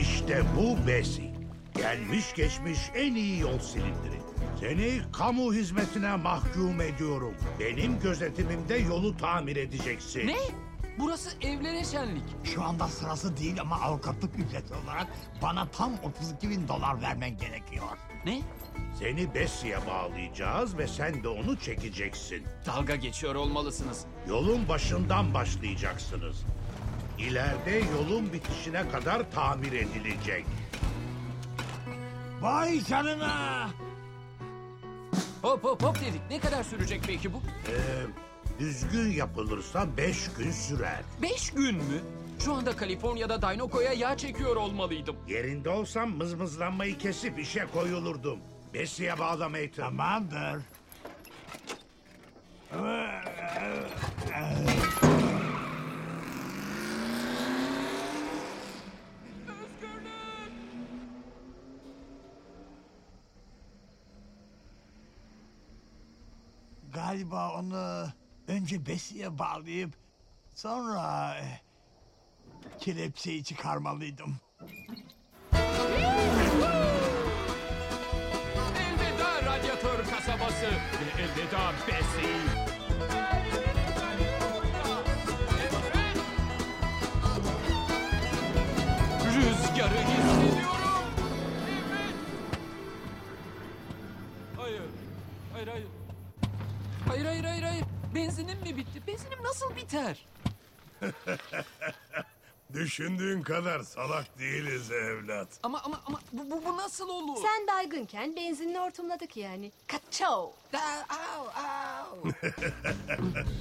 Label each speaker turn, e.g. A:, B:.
A: İşte bu Besi. Gelmiş geçmiş en iyi yol silindiri. Seni kamu hizmetine mahkum ediyorum. Benim gözetimimde yolu tamir edeceksin.
B: Ne? Burası evlere şenlik.
C: Şu anda sırası değil ama avukatlık ücreti olarak bana tam 32 bin dolar vermen gerekiyor.
B: Ne?
A: Seni Besi'ye bağlayacağız ve sen de onu çekeceksin.
B: Dalga geçiyor olmalısınız.
A: Yolun başından başlayacaksınız. İleride yolun bitişine kadar tamir edilecek.
C: Vay canına!
B: Hop hop hop dedik. Ne kadar sürecek peki bu?
A: Ee, Düzgün yapılırsa beş gün sürer.
B: Beş gün mü? Şu anda Kaliforniya'da Dinoco'ya yağ çekiyor olmalıydım.
A: Yerinde olsam mızmızlanmayı kesip işe koyulurdum. Besi'ye bağlamayı tam.
C: Tamamdır. Galiba onu önce besiye bağlayıp sonra eh, kelepçeyi çıkarmalıydım.
B: Elveda radyatör kasabası ve elveda besi. Rüzgarı hissediyorum. Hayır. Hayır hayır. Hayır hayır hayır hayır. Benzinim mi bitti? Benzinim nasıl biter?
D: Düşündüğün kadar salak değiliz evlat.
B: Ama ama ama bu, bu, bu nasıl olur?
E: Sen baygınken benzinle ortumladık yani. Kaçao.
B: Aa, au, au.